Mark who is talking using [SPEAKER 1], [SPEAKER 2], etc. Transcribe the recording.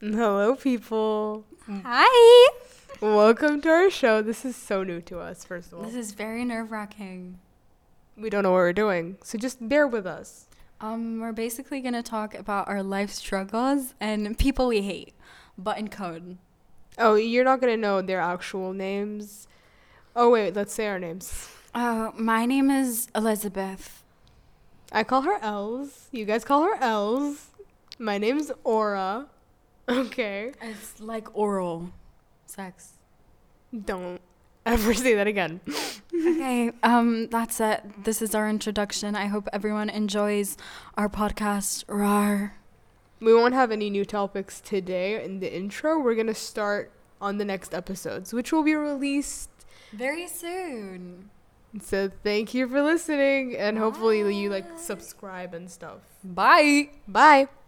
[SPEAKER 1] Hello, people.
[SPEAKER 2] Hi.
[SPEAKER 1] Welcome to our show. This is so new to us, first of all.
[SPEAKER 2] This is very nerve wracking.
[SPEAKER 1] We don't know what we're doing, so just bear with us.
[SPEAKER 2] Um, we're basically gonna talk about our life struggles and people we hate, but in code.
[SPEAKER 1] Oh, you're not going to know their actual names. Oh, wait, let's say our names.
[SPEAKER 2] Uh, my name is Elizabeth.
[SPEAKER 1] I call her Els. You guys call her Els. My name's Aura. Okay.
[SPEAKER 2] It's like oral sex.
[SPEAKER 1] Don't ever say that again.
[SPEAKER 2] okay. Um, that's it. This is our introduction. I hope everyone enjoys our podcast. Rar.
[SPEAKER 1] We won't have any new topics today in the intro. We're going to start on the next episodes, which will be released
[SPEAKER 2] Very soon.
[SPEAKER 1] So thank you for listening, and hopefully you like subscribe and stuff.
[SPEAKER 2] Bye.
[SPEAKER 1] Bye.